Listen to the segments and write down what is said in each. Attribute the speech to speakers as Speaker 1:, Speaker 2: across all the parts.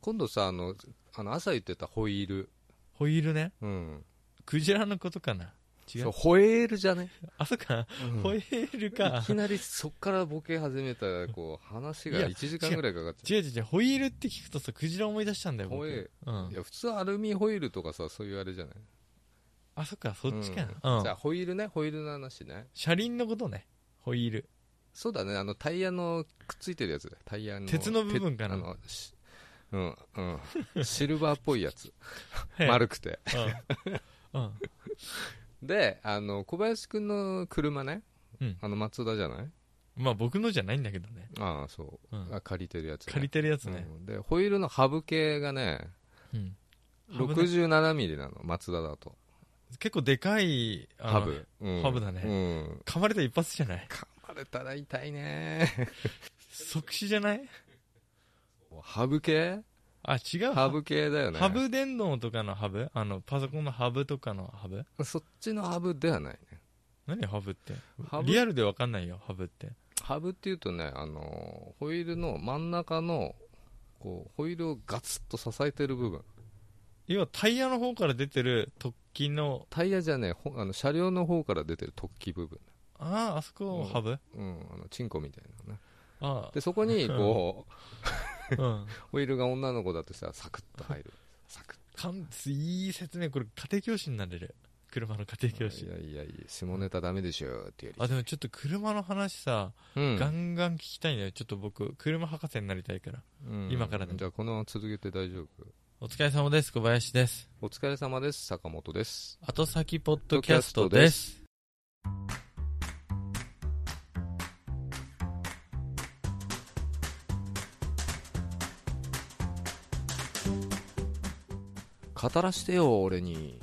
Speaker 1: 今度さ、あの、あの朝言ってたホイール。
Speaker 2: ホイールね。
Speaker 1: うん。
Speaker 2: クジラのことかな違
Speaker 1: そうう、。ホエールじゃね、
Speaker 2: あ、そっか。ホイール
Speaker 1: い
Speaker 2: か。
Speaker 1: きなりそっからボケ始めたら、こう、話
Speaker 2: い
Speaker 1: が
Speaker 2: や
Speaker 1: 1時間ぐらいかかっち
Speaker 2: 違う違う違う。ホイールって聞くとさ、クジラ思い出したんだよ、
Speaker 1: ホイール。
Speaker 2: 僕う
Speaker 1: ゃう。い
Speaker 2: ん。
Speaker 1: や、普通アルミホイールとかさ、そういうあれじゃない
Speaker 2: あ、そっか、そっちか
Speaker 1: うん
Speaker 2: な。う
Speaker 1: じゃ
Speaker 2: ん
Speaker 1: あ、。ホイールね、ホイールの話ね。
Speaker 2: 車輪のことね。ホイール。
Speaker 1: そうだね、あの、タイヤのくっついてるやつだよタイヤの。
Speaker 2: 鉄の部分かな。
Speaker 1: てあのしうん、うん。 シルバーっぽいやつ
Speaker 2: はい
Speaker 1: 丸くて。
Speaker 2: う ん。うん。
Speaker 1: で、あの、小林くんの車ね。
Speaker 2: うん
Speaker 1: あの、松田じゃない
Speaker 2: まあ僕のじゃないんだけどね。
Speaker 1: ああ、そうう。
Speaker 2: ん。
Speaker 1: あ借りてるやつ、ね。
Speaker 2: 借りてるやつね。
Speaker 1: うんで、ホイールのハブ系がね、
Speaker 2: うん。ハブね
Speaker 1: 67ミリなの、松田だと。
Speaker 2: 結構でかい、あ
Speaker 1: ハ
Speaker 2: の
Speaker 1: ブ。うん
Speaker 2: ハブだね
Speaker 1: うん。
Speaker 2: 噛まれた一発じゃない
Speaker 1: 噛まれたら痛いね。
Speaker 2: 即死じゃない
Speaker 1: ハブ系
Speaker 2: あ、違う。
Speaker 1: ハブ系だよね。
Speaker 2: ハブ電動とかのハブあの、パソコンのハブとかのハブ
Speaker 1: そっちのハブではないね。
Speaker 2: 何ハブって。
Speaker 1: ハブ
Speaker 2: リアルでわかんないよ、ハブって。
Speaker 1: ハブっていうとね、あのーホイールの真ん中のこうホイールをガツッと支えてる部分
Speaker 2: 要はタイヤの方から出てる突起の、
Speaker 1: タイヤじゃねほあの車両の方から出てる突起部分、
Speaker 2: ああ、あそこハブ、
Speaker 1: うん、あのチンコみたいなね
Speaker 2: あ
Speaker 1: でそこにこ
Speaker 2: あ、うん。
Speaker 1: うホイールが女の子だとしたらサクッと入るサク
Speaker 2: かん、いい説明、これ家庭教師になれる。車の家庭教
Speaker 1: ッ
Speaker 2: 師
Speaker 1: い。やいやいや下ネタダメでしょっていうよ
Speaker 2: あ、でもちょっと車の話さ、
Speaker 1: り、うん
Speaker 2: ガンガン聞きたいんだよ。ちょっと僕、車博士になりたいから。
Speaker 1: うん
Speaker 2: 今からでも
Speaker 1: じゃあこのまま続けて大丈夫
Speaker 2: お疲れ様です、小林です。
Speaker 1: お疲れ様です坂本です
Speaker 2: 後先ポッドキャストです。
Speaker 1: 語らしてよ俺に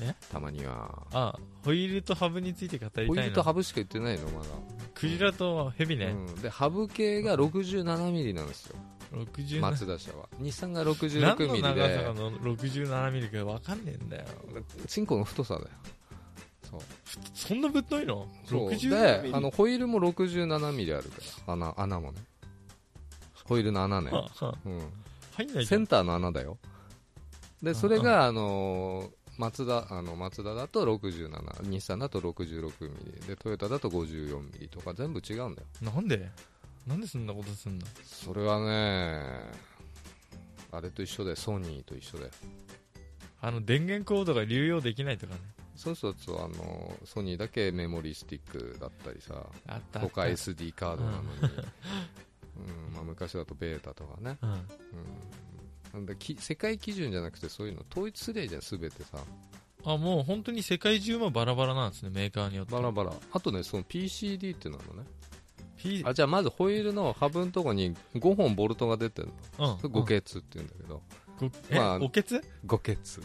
Speaker 2: え
Speaker 1: たまには
Speaker 2: あホイールとハブについて語り
Speaker 1: ホイ
Speaker 2: た
Speaker 1: ー
Speaker 2: い
Speaker 1: ルと
Speaker 2: の。
Speaker 1: ハブしか言ってないのまだ
Speaker 2: クジラとヘビね。
Speaker 1: うん、でハブ系が67ミリなんですよ
Speaker 2: 67
Speaker 1: 松田車は日産が
Speaker 2: 何
Speaker 1: 66
Speaker 2: の
Speaker 1: ミリ
Speaker 2: 長さ
Speaker 1: で
Speaker 2: の67ミリか分かんねえんだよ
Speaker 1: チンコの太さだよそう
Speaker 2: そんなぶっといの
Speaker 1: そう
Speaker 2: 67ミ
Speaker 1: で
Speaker 2: リ
Speaker 1: あのホイールも67ミリあるから穴穴もねホイールの穴ね、
Speaker 2: はあはあ
Speaker 1: う
Speaker 2: 入んない
Speaker 1: ん、
Speaker 2: じ
Speaker 1: セ
Speaker 2: ゃん
Speaker 1: ンターの穴だよでそれがあのー松田あの松田だと67日産だと66ミリでトヨタだと54ミリとか全部違うんだよ
Speaker 2: なんでなんでそんなことすんの
Speaker 1: それはねあれと一緒だよソニーと一緒だよ
Speaker 2: あの電源コードが流用できないとかね
Speaker 1: そうそうそうあのソニーだけメモリースティックだったりさ
Speaker 2: あったあ
Speaker 1: と
Speaker 2: った
Speaker 1: か SD カードなのに、うんまあ、昔だとベータとかね、
Speaker 2: う
Speaker 1: う
Speaker 2: ん
Speaker 1: ん、なんでき世界基準じゃなくてそういうの統一すりゃいいじゃん全てさ
Speaker 2: あもう本当に世界中もバラバラなんですねメーカーによって
Speaker 1: バラバラあとねその PCD ってなのね
Speaker 2: P
Speaker 1: あじゃあまずホイールのハブのとこに5本ボルトが出てる
Speaker 2: うん
Speaker 1: の五ケツって言うんだけど
Speaker 2: うんごえ、
Speaker 1: まあ
Speaker 2: おけつ
Speaker 1: 五ケツ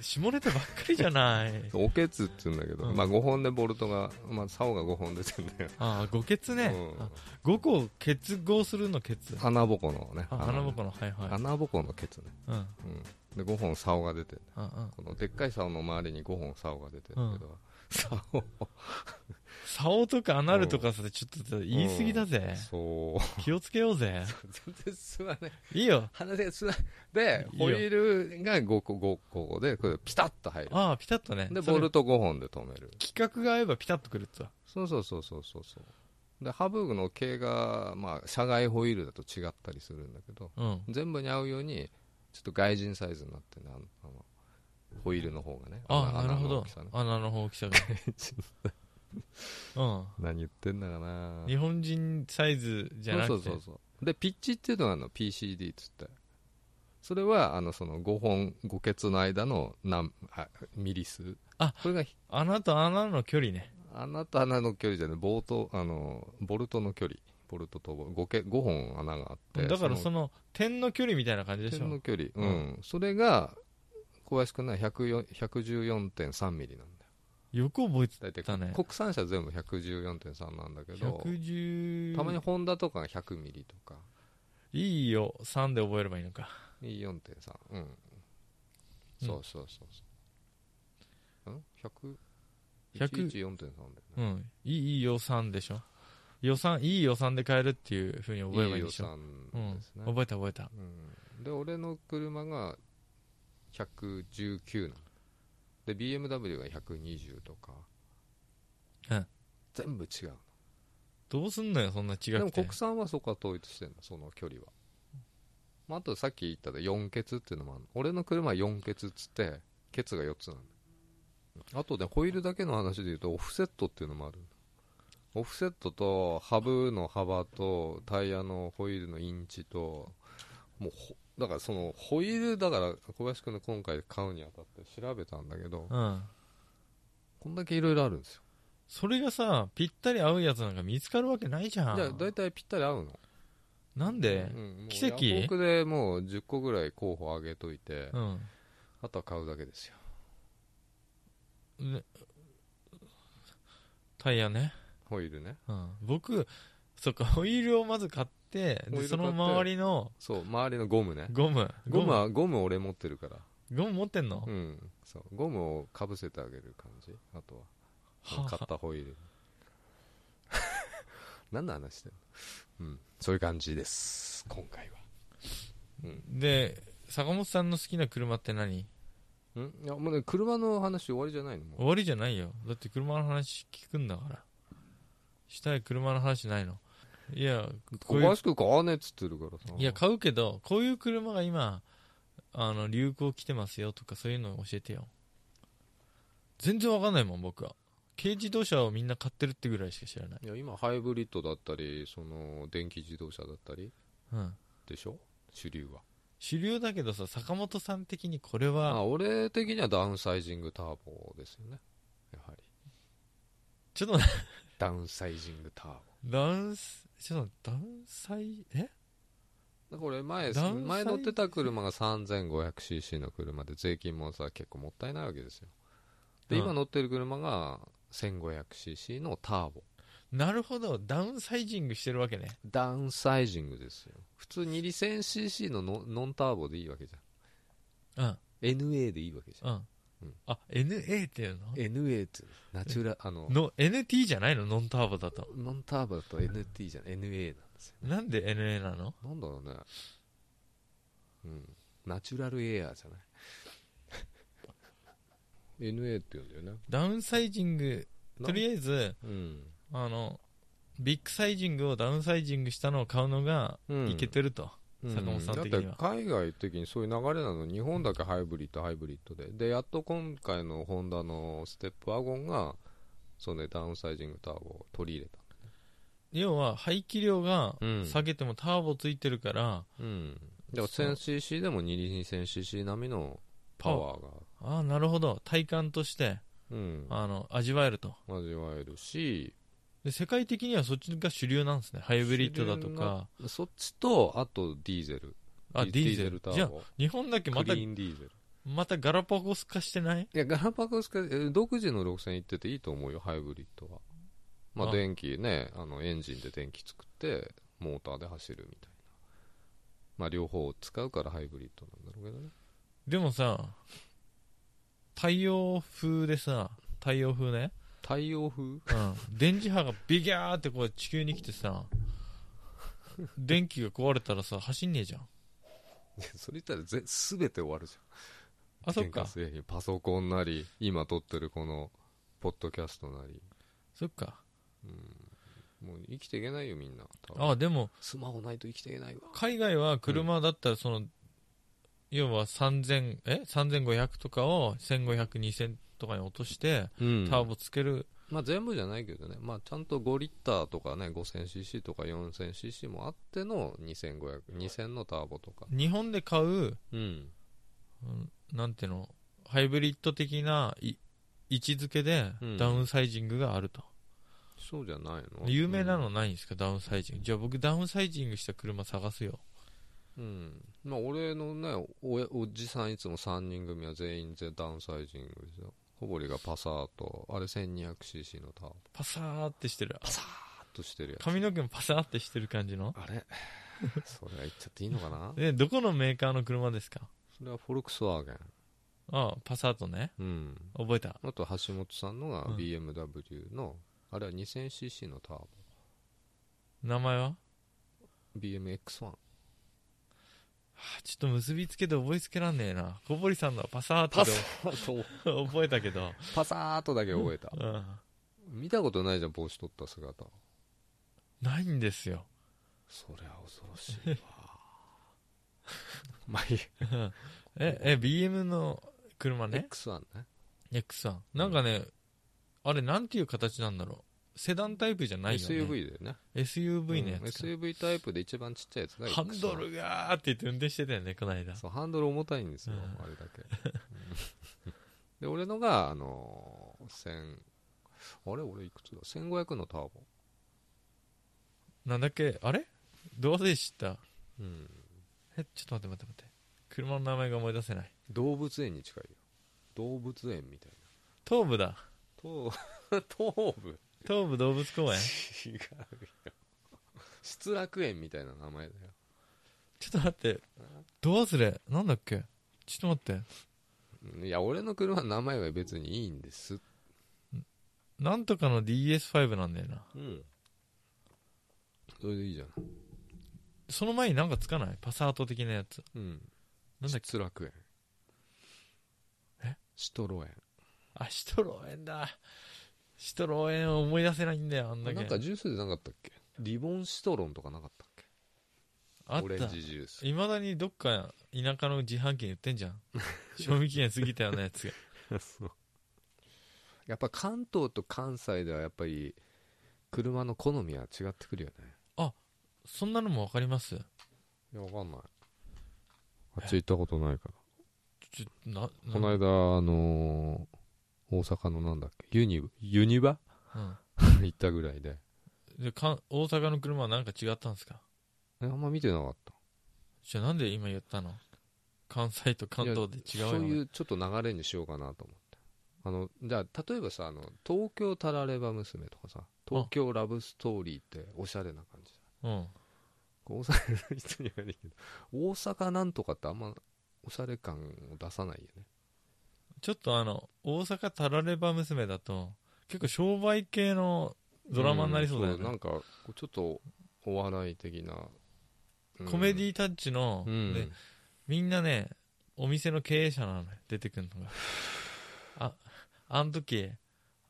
Speaker 2: 下ネタばっかりじゃない
Speaker 1: おケツって言うんだけど、
Speaker 2: うん
Speaker 1: まあ5本でボルトが、まあ、竿が5本出てるんだよ
Speaker 2: あごけつね、
Speaker 1: うん
Speaker 2: あ5個結合するの結
Speaker 1: 穴ぼこのね
Speaker 2: あ花ぼこのはいはい
Speaker 1: 穴ぼこのケツね
Speaker 2: うんうん
Speaker 1: で5本竿が出てる
Speaker 2: うん
Speaker 1: このでっかい竿の周りに5本竿が出てるんだけど、竿
Speaker 2: 竿とかアナルとかさ、ちょっと言い過ぎだぜ。
Speaker 1: そう
Speaker 2: 気をつけようぜ。
Speaker 1: 全然すまない
Speaker 2: いいよ。
Speaker 1: 話がすまないで
Speaker 2: いいよ
Speaker 1: ホイールが5個5個でこれピタッと入る
Speaker 2: ああ、ピタッとね。
Speaker 1: で
Speaker 2: それ
Speaker 1: ボルト5本で止める
Speaker 2: 企画が合えばピタッとくるっつわ。
Speaker 1: そうそうそうそうそうそうでハブの系が、まあ、社外ホイールだと違ったりするんだけど
Speaker 2: うん。
Speaker 1: 全部に合うようにちょっと外人サイズになってねあのあのホイールの方がね
Speaker 2: ああ、
Speaker 1: 穴
Speaker 2: なるほ
Speaker 1: 穴の
Speaker 2: ど
Speaker 1: 大きさね。
Speaker 2: 穴の大き さが。
Speaker 1: 何言ってんだかな
Speaker 2: うん。日本人サイズじゃな
Speaker 1: そ
Speaker 2: く
Speaker 1: う
Speaker 2: て。
Speaker 1: そうそうそうでピッチっていうのがあの PCD っつってそれはあのその5本5ケツの間の何あミリ数
Speaker 2: あ
Speaker 1: これが
Speaker 2: 穴と穴の距離ね。
Speaker 1: 穴と穴の距離じゃないボートあのボルトの距離ボルトとボ 5, ケ5本穴があって
Speaker 2: だからそ
Speaker 1: の
Speaker 2: の点の距離みたいな感じでし
Speaker 1: 点の
Speaker 2: ょ。
Speaker 1: 距離うん、それが小林君な104 114.3ミリなんだよ
Speaker 2: よく覚えて
Speaker 1: 大体
Speaker 2: たね。
Speaker 1: 国産車全部114.3なんだけど
Speaker 2: 110。
Speaker 1: たまにホンダとかが100ミリとか
Speaker 2: いいよ。3で覚えればいいのか。
Speaker 1: 4.3うんそうそうそうそううん100
Speaker 2: 100
Speaker 1: 114.3だよね
Speaker 2: うん。いいよ、3でしょ。予算、いい予算で買えるっていうふうに覚えれ
Speaker 1: いい
Speaker 2: ばいいん
Speaker 1: 予
Speaker 2: でしょ。
Speaker 1: 算
Speaker 2: うん
Speaker 1: ですね、
Speaker 2: 覚えた覚えた。
Speaker 1: うんで俺の車が119なので BMW が120とか、
Speaker 2: うん
Speaker 1: 全部違うの
Speaker 2: どうすんのよ、そんな違くて。
Speaker 1: でも国産はそこは統一してんのその距離は、まあ、あとさっき言ったで4ケツっていうのもあるの俺の車は4ケツっつってケツが4つなのあとねホイールだけの話で言うとオフセットっていうのもあるオフセットとハブの幅とタイヤのホイールのインチともうほだからそのホイールだから小林君の今回買うにあたって調べたんだけど
Speaker 2: うん。
Speaker 1: こんだけいろいろあるんですよ
Speaker 2: それがさ、ぴったり合うやつなんか見つかるわけないじゃん。
Speaker 1: じゃあ大体ぴったり合うの
Speaker 2: なんで
Speaker 1: うんもう
Speaker 2: 奇跡
Speaker 1: ヤフオクでもう10個ぐらい候補上げといて、
Speaker 2: うん。
Speaker 1: あとは買うだけですよ
Speaker 2: ねタイヤね。
Speaker 1: ホイールね
Speaker 2: うん。僕、そっか、 ホイールをまず買って、
Speaker 1: ホイール買って
Speaker 2: で、その周りの
Speaker 1: そう周りのゴムね
Speaker 2: ゴム。
Speaker 1: ゴムはゴム俺持ってるから
Speaker 2: ゴムゴム持ってんの
Speaker 1: うんそうゴムをかぶせてあげる感じあと
Speaker 2: はあ
Speaker 1: は買ったホイール 何の話してんのうんそういう感じです今回は
Speaker 2: で、坂本さんの好きな車って何
Speaker 1: うんいやもうね車の話終わりじゃないのもう
Speaker 2: 終わりじゃないよ。だって車の話聞くんだから。したい車の話ないの。いや、こ
Speaker 1: 小
Speaker 2: ういう
Speaker 1: 林君買わねえっつってるからさ
Speaker 2: いや、買うけど、こういう車が今、あの、流行来てますよとかそういうのを教えてよ。全然わかんないもん、僕は。軽自動車をみんな買ってるってぐらいしか知らない。
Speaker 1: いや今ハイブリッドだったりその電気自動車だったり
Speaker 2: うん。
Speaker 1: でしょ主流は
Speaker 2: 主流だけどさ、坂本さん的にこれ
Speaker 1: まあ
Speaker 2: は、
Speaker 1: 俺的にはダウンサイジングターボですよねやはり
Speaker 2: ちょっとな、
Speaker 1: ダウンサイジングターボ
Speaker 2: ダウンス、ちょっと、ダウンサイ、え
Speaker 1: だから俺前
Speaker 2: ダウンサイジング
Speaker 1: 前乗ってた車が 3500cc の車で税金もさ結構もったいないわけですよで、
Speaker 2: うん
Speaker 1: 今乗ってる車が 1500cc のターボ
Speaker 2: なるほど、ダウンサイジングしてるわけね。
Speaker 1: ダウンサイジングですよ普通に 2000cc のノノンターボでいいわけじ
Speaker 2: うん、
Speaker 1: ゃん NA でいいわけじゃん
Speaker 2: うん
Speaker 1: うん。
Speaker 2: あ、NA っていうの
Speaker 1: NA ってナチュラあの
Speaker 2: の、NT じゃないのノンターボだと。
Speaker 1: ノンターボだと NT じゃん NA なんですよ
Speaker 2: なんで NA なの
Speaker 1: なんだろうね。うん。ナチュラルエアーじゃない。NA って言うんだよね。
Speaker 2: ダウンサイジング、とり
Speaker 1: え
Speaker 2: あえず、
Speaker 1: ず。うん。
Speaker 2: あの、ビッグサイジングをダウンサイジングしたのを買うのが、いけてると。
Speaker 1: うん
Speaker 2: 坂本さん的には
Speaker 1: だって海外的にそういう流れなの日本だけハイブリッドハイブリッドででやっと今回のホンダのステップワゴンがそう、ね、ダウンサイジングターボを取り入れた、
Speaker 2: 要は、排気量が
Speaker 1: うん
Speaker 2: 下げてもターボついてるから、
Speaker 1: うん、だから 1000cc でも 2000cc 並みのパワーが、
Speaker 2: ああ、なるほど。体感として、
Speaker 1: うん、
Speaker 2: あの、味わえると。
Speaker 1: 味わえるし
Speaker 2: で、世界的にはそっちが主流なんですね。ハイブリッドだと
Speaker 1: 主流な
Speaker 2: か、
Speaker 1: そっちとあとディーゼル
Speaker 2: あ、ディーゼル。
Speaker 1: タ
Speaker 2: じ
Speaker 1: ー
Speaker 2: ゃあ、
Speaker 1: ボ
Speaker 2: 日本だけま
Speaker 1: ク
Speaker 2: た、
Speaker 1: リーンディーゼル
Speaker 2: またガラパゴス化してない
Speaker 1: いやガラパゴスかえー独自の6000行ってていいと思うよハイブリッドはまあ
Speaker 2: あ
Speaker 1: 電気ねあのエンジンで電気作ってモーターで走るみたいなまあ両方使うからハイブリッドなんだろうけどね
Speaker 2: でもさ、太陽風でさ、太陽風ね。
Speaker 1: 太陽風
Speaker 2: うん、電磁波がビギャーってこう地球に来てさ電気が壊れたらさ走んねえじゃん
Speaker 1: いやそれ言ったらぜ全て終わるじゃん
Speaker 2: あそっ
Speaker 1: 電
Speaker 2: か
Speaker 1: 化製品パソコンなり今撮ってるこのポッドキャストなり
Speaker 2: そっか
Speaker 1: もう生きていけないよみんな多分
Speaker 2: あでも
Speaker 1: スマホないと生きていけないわ
Speaker 2: 海外は車だったらその、要は3000え3500とかを15002000とかに落として
Speaker 1: うん
Speaker 2: ターボつける、
Speaker 1: まあ全部じゃないけどね、まあ、ちゃんと5リッターとかね 5000cc とか 4000cc もあっての2500、2000のターボとか、
Speaker 2: 日本で買う、
Speaker 1: うん、
Speaker 2: うんなんていうのハイブリッド的ない位置づけで
Speaker 1: うん
Speaker 2: ダウンサイジングがあると、
Speaker 1: そうじゃないの
Speaker 2: 有名なのないんですか、ダウンサイジングじゃあ僕ダウンサイジングした車探すよ
Speaker 1: うん、うんまあ、俺のねおや、おじさんいつも3人組は全員でダウンサイジングですよ、小堀がパサーと、あれ 1200cc のターボ、
Speaker 2: パサーってしてる
Speaker 1: パッとしてるやつ、
Speaker 2: 髪の毛もパサーってしてる感じの
Speaker 1: あれ それは言っちゃっていいのかな、
Speaker 2: えどこのメーカーの車ですか
Speaker 1: それはフォルクスワーゲン、
Speaker 2: ああパサーとね
Speaker 1: うん、
Speaker 2: 覚えた
Speaker 1: あと橋本さんのが
Speaker 2: うん
Speaker 1: BMW の、あれは 2000cc のターボ
Speaker 2: 名前は
Speaker 1: BMX1
Speaker 2: はあちょっと結びつけて覚えつけらんねえな小堀さんのはパサーっと
Speaker 1: パ
Speaker 2: で
Speaker 1: サーと
Speaker 2: 覚えたけど、
Speaker 1: パサーとだけ覚えた、
Speaker 2: うん、
Speaker 1: 見たことないじゃん帽子取った姿
Speaker 2: ないんですよ
Speaker 1: そりゃ恐ろしい わまあいい
Speaker 2: ええ BM の車ね
Speaker 1: X1 ね
Speaker 2: X さんなんかね、あれなんていう形なんだろうセダンタイプじゃないよね
Speaker 1: SUV だよね
Speaker 2: SUV のや
Speaker 1: うん
Speaker 2: つか、
Speaker 1: SUV タイプで一番ちっちゃいやつが
Speaker 2: ハンドルがーって言って運転してたよねこの間
Speaker 1: そうハンドル重たいんですよ、
Speaker 2: うん
Speaker 1: あれだけうんで俺のがあの1000あれ俺いくつだ1500のターボ
Speaker 2: なんだっけあれどうせ知った
Speaker 1: うん
Speaker 2: えちょっと待って待って待って車の名前が思い出せない
Speaker 1: 動物園に近いよ動物園みたいな
Speaker 2: 東武だ
Speaker 1: 東東部
Speaker 2: 東武動物公園
Speaker 1: 違うよ 失楽園みたいな名前だよ
Speaker 2: ちょっと待ってど忘れなんだっけちょっと待って
Speaker 1: うんいや俺の車の名前は別にいいんです
Speaker 2: なんとかの DS5 なんだよな
Speaker 1: うんそれでいいじゃん
Speaker 2: その前になんかつかないパサート的なやつ
Speaker 1: うん
Speaker 2: なんだっけ
Speaker 1: 失楽園
Speaker 2: え
Speaker 1: シトロ園
Speaker 2: あシトロエンだシトロエンを思い出せないんだよあんだけ
Speaker 1: なんかジュースでなかったっけリボンシトロンとかなかったっけ
Speaker 2: あっ
Speaker 1: オレン
Speaker 2: た
Speaker 1: ジジュース
Speaker 2: いまだにどっか田舎の自販機に売ってんじゃん賞味期限過ぎたようなやつが
Speaker 1: やっぱ関東と関西ではやっぱり車の好みは違ってくるよね
Speaker 2: そんなのもわかります
Speaker 1: いやわかんないあっち行ったことないから
Speaker 2: ちょなな
Speaker 1: この間あのー大阪のなんだっけユニユニ バ
Speaker 2: うん
Speaker 1: 行ったぐらいで
Speaker 2: でか大阪の車はなんか違ったんですか
Speaker 1: えあんま見てなかった
Speaker 2: じゃあなんで今言ったの関西と関東で違うよ
Speaker 1: そういううちょっと流れにしようかなと思ってあのじゃあ例えばさあの東京タラレバ娘とかさ東京ラブストーリーっておしゃれな感じ
Speaker 2: うん
Speaker 1: 大阪の人にはね大阪なんとかってあんまおしゃれ感を出さないよね
Speaker 2: ちょっとあの大阪タラレバ娘だと結構商売系のドラマになりそうだよ
Speaker 1: んな
Speaker 2: ね
Speaker 1: んかこうちょっとお笑い的な、うん
Speaker 2: コメディタッチの、
Speaker 1: うん
Speaker 2: でみんなねお店の経営者なのよ出てくる のがああの時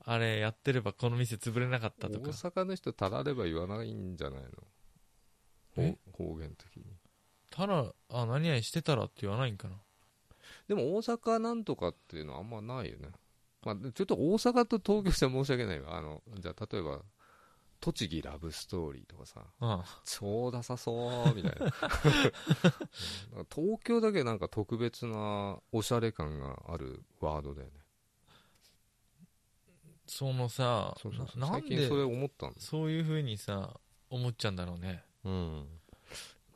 Speaker 2: あれやってればこの店潰れなかった
Speaker 1: 大
Speaker 2: とか
Speaker 1: 阪の人たられば言わないんじゃないの
Speaker 2: え
Speaker 1: ほ方言的に
Speaker 2: たらあ何々してたらって言わないんかな
Speaker 1: でも大阪なんとかっていうのはあんまないよね、まあ、ちょっと大阪と東京じゃ申し訳ないわあのじゃあ例えば栃木ラブストーリーとかさ
Speaker 2: うん
Speaker 1: 超ダサそうみたい なうん東京だけなんか特別なおしゃれ感があるワードだよね
Speaker 2: そのさ
Speaker 1: そうそうそう
Speaker 2: ななん
Speaker 1: 最近
Speaker 2: で
Speaker 1: それ思ったんです、
Speaker 2: そういうふうにさ思っちゃうんだろうね
Speaker 1: うん、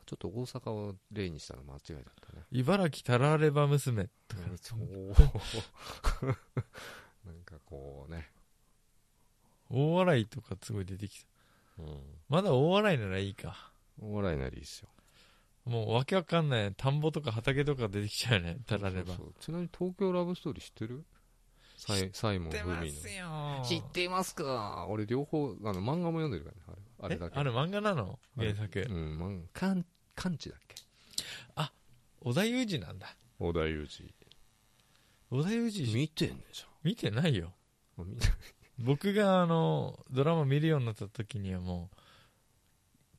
Speaker 1: ちょっと大阪を例にしたの間違いだったね
Speaker 2: 茨城たられば娘とか
Speaker 1: 超なんかこうね、
Speaker 2: 大笑いとかすごい出てき
Speaker 1: う
Speaker 2: た
Speaker 1: ん、
Speaker 2: まだ大笑いならいいか
Speaker 1: お笑いなりいいっすよ
Speaker 2: もうわけわかんない田んぼとか畑とか出てきちゃうよねたられば
Speaker 1: そうそうちなみに東京ラブストーリー知ってるサイサイモン・フミの
Speaker 2: よ
Speaker 1: 知ってますか俺両方あの漫画も読んでるからねあれあれだけ
Speaker 2: えあれ漫画なの
Speaker 1: あれ
Speaker 2: 原作
Speaker 1: うん漫画かん完治だっけ
Speaker 2: 織田裕二なんだ
Speaker 1: 小田裕二
Speaker 2: 織田裕二
Speaker 1: 見てんでし
Speaker 2: 見てないよ
Speaker 1: ょ
Speaker 2: 僕があのドラマ見るようになった時にはもう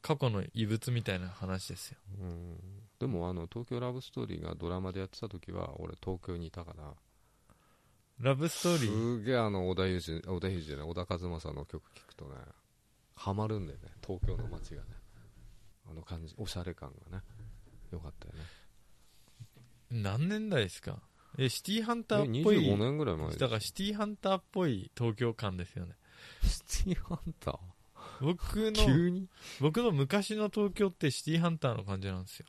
Speaker 2: 過去の異物みたいな話ですよ
Speaker 1: うんでもあの東京ラブストーリーがドラマでやってた時は俺東京にいたから
Speaker 2: ラブストーリー
Speaker 1: すげえあの小田裕二小田裕二じゃない小田和正の曲聴くとねハマるんだよね東京の街がねあの感じおしゃれ感がねよかったよね
Speaker 2: 何年代ですかえシティーハンターっぽい
Speaker 1: 25年ぐらい前でしょ
Speaker 2: だからシティーハンターっぽい東京感ですよね
Speaker 1: シティハンター
Speaker 2: 僕 の
Speaker 1: 急に
Speaker 2: 僕の昔の東京ってシティーハンターの感じなんですよ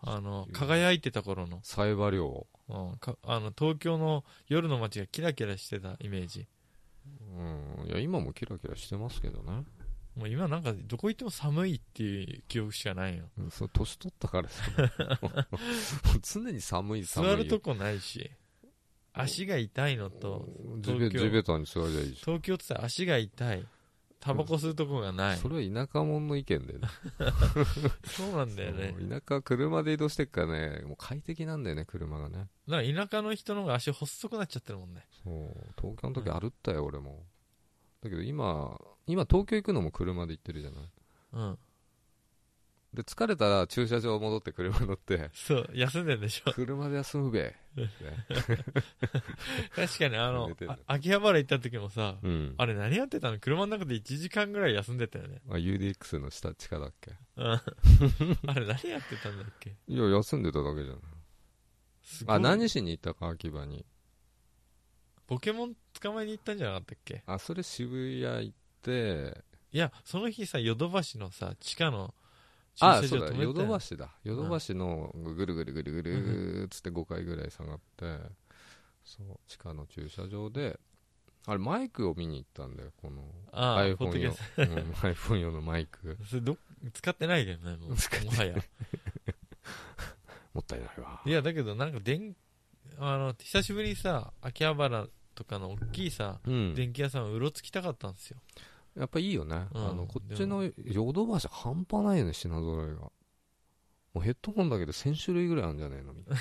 Speaker 2: あの輝いてた頃の
Speaker 1: サイバリョ
Speaker 2: うん、かあの東京の夜の街がキラキラしてたイメージ
Speaker 1: ウうんいや今もキラキラしてますけどね、
Speaker 2: もう今なんかどこ行っても寒いっていう記憶しかないよ
Speaker 1: うん、それ年取ったから ですよもう常に寒い寒い
Speaker 2: 座るとこないし足が痛いのと
Speaker 1: 地べ
Speaker 2: 東京
Speaker 1: 地べたに座りゃいいじ
Speaker 2: 東京ってさ足が痛いタバコ吸うとこがない、
Speaker 1: それは田舎者の意見でね
Speaker 2: そうなんだよね
Speaker 1: そう田舎は車で移動してっからねもう快適なんだよね車がね
Speaker 2: なんか田舎の人の方が足細くなっちゃってるもんね
Speaker 1: そう東京の時歩ったよ、俺もだけど今今東京行くのも車で行ってるじゃない
Speaker 2: うん
Speaker 1: で疲れたら駐車場戻って車乗 って
Speaker 2: そう休んでんでし ょ
Speaker 1: 車で休むべ、ね、
Speaker 2: 確かにあの
Speaker 1: 寝てんの
Speaker 2: あ秋葉原行った時もさ、
Speaker 1: うん
Speaker 2: あれ何やってたの車の中で1時間ぐらい休んでたよね
Speaker 1: あ UDX の下地下だっけ
Speaker 2: うんあれ何やってたんだっけ
Speaker 1: いや休んでただけじゃない
Speaker 2: すごい
Speaker 1: あ何しに行ったか秋葉に
Speaker 2: ポケモン捕まえに行ったんじゃなかったっけ
Speaker 1: あそれ渋谷行って
Speaker 2: いやその日さヨドバシのさ地下の駐
Speaker 1: あ
Speaker 2: 車
Speaker 1: そう
Speaker 2: 場
Speaker 1: だ
Speaker 2: 止めて
Speaker 1: ヨドバシだヨドバシのぐるぐるぐるぐるっつって5回ぐらい下がって、そう地下の駐車場であれマイクを見に行ったんだよこの
Speaker 2: ああポッドキ
Speaker 1: iPhone
Speaker 2: ャ
Speaker 1: 用
Speaker 2: ス
Speaker 1: うん iPhone 用のマイク
Speaker 2: トそれど使ってないけどねも う
Speaker 1: 使って
Speaker 2: もはや
Speaker 1: もったいないわ
Speaker 2: いやだけどなんか電あの久しぶりにさ秋葉原とかの大きいさ、
Speaker 1: うん、
Speaker 2: 電気屋さんをうろつきたかったんですよ
Speaker 1: やっぱいいよね、
Speaker 2: うん
Speaker 1: あのこっちのヨドバシ半端ないよね品揃えがもうヘッドホンだけで1000種類ぐらいあるんじゃねえのみ たいな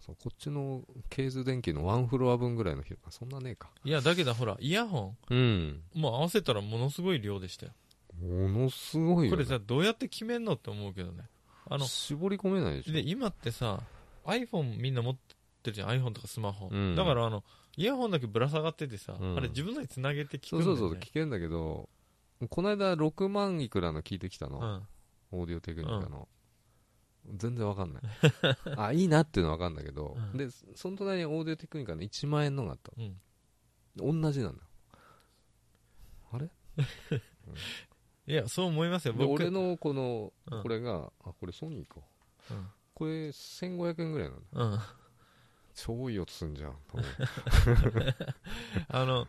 Speaker 1: そうこっちのケーズ電機のワンフロア分ぐらいの広さそんなねえか
Speaker 2: いやだけどほらイヤホン
Speaker 1: うん
Speaker 2: もう合わせたらものすごい量でしたよ
Speaker 1: ものすごいよ、ね、
Speaker 2: これさどうやって決めんのって思うけどねあの
Speaker 1: 絞り込めないでしょ
Speaker 2: で今ってさ iPhone みんな持ってるじゃん iPhone とかスマホ、
Speaker 1: うん
Speaker 2: だからあのイヤホンだけぶら下がっててさ、
Speaker 1: うん
Speaker 2: あれ自分のにつなげて聞く
Speaker 1: そ
Speaker 2: ん
Speaker 1: う
Speaker 2: だよ、
Speaker 1: そ
Speaker 2: ね、
Speaker 1: うそう聞けんだけどこの間6万いくらの聞いてきたの、オーディオテクニカの、全然わか んないあいいなっていうのはわかんだけど、
Speaker 2: うん
Speaker 1: でその隣にオーディオテクニカの1万円のがあった
Speaker 2: うん、うん、
Speaker 1: の同じなんだよあれ
Speaker 2: いやそう思いますよ
Speaker 1: で
Speaker 2: 僕
Speaker 1: 俺のこの
Speaker 2: うん
Speaker 1: これが、あこれソニーか
Speaker 2: うん
Speaker 1: これ1500円ぐらいなんだ
Speaker 2: うん、
Speaker 1: 超いい音すんじゃん多分
Speaker 2: あのはっ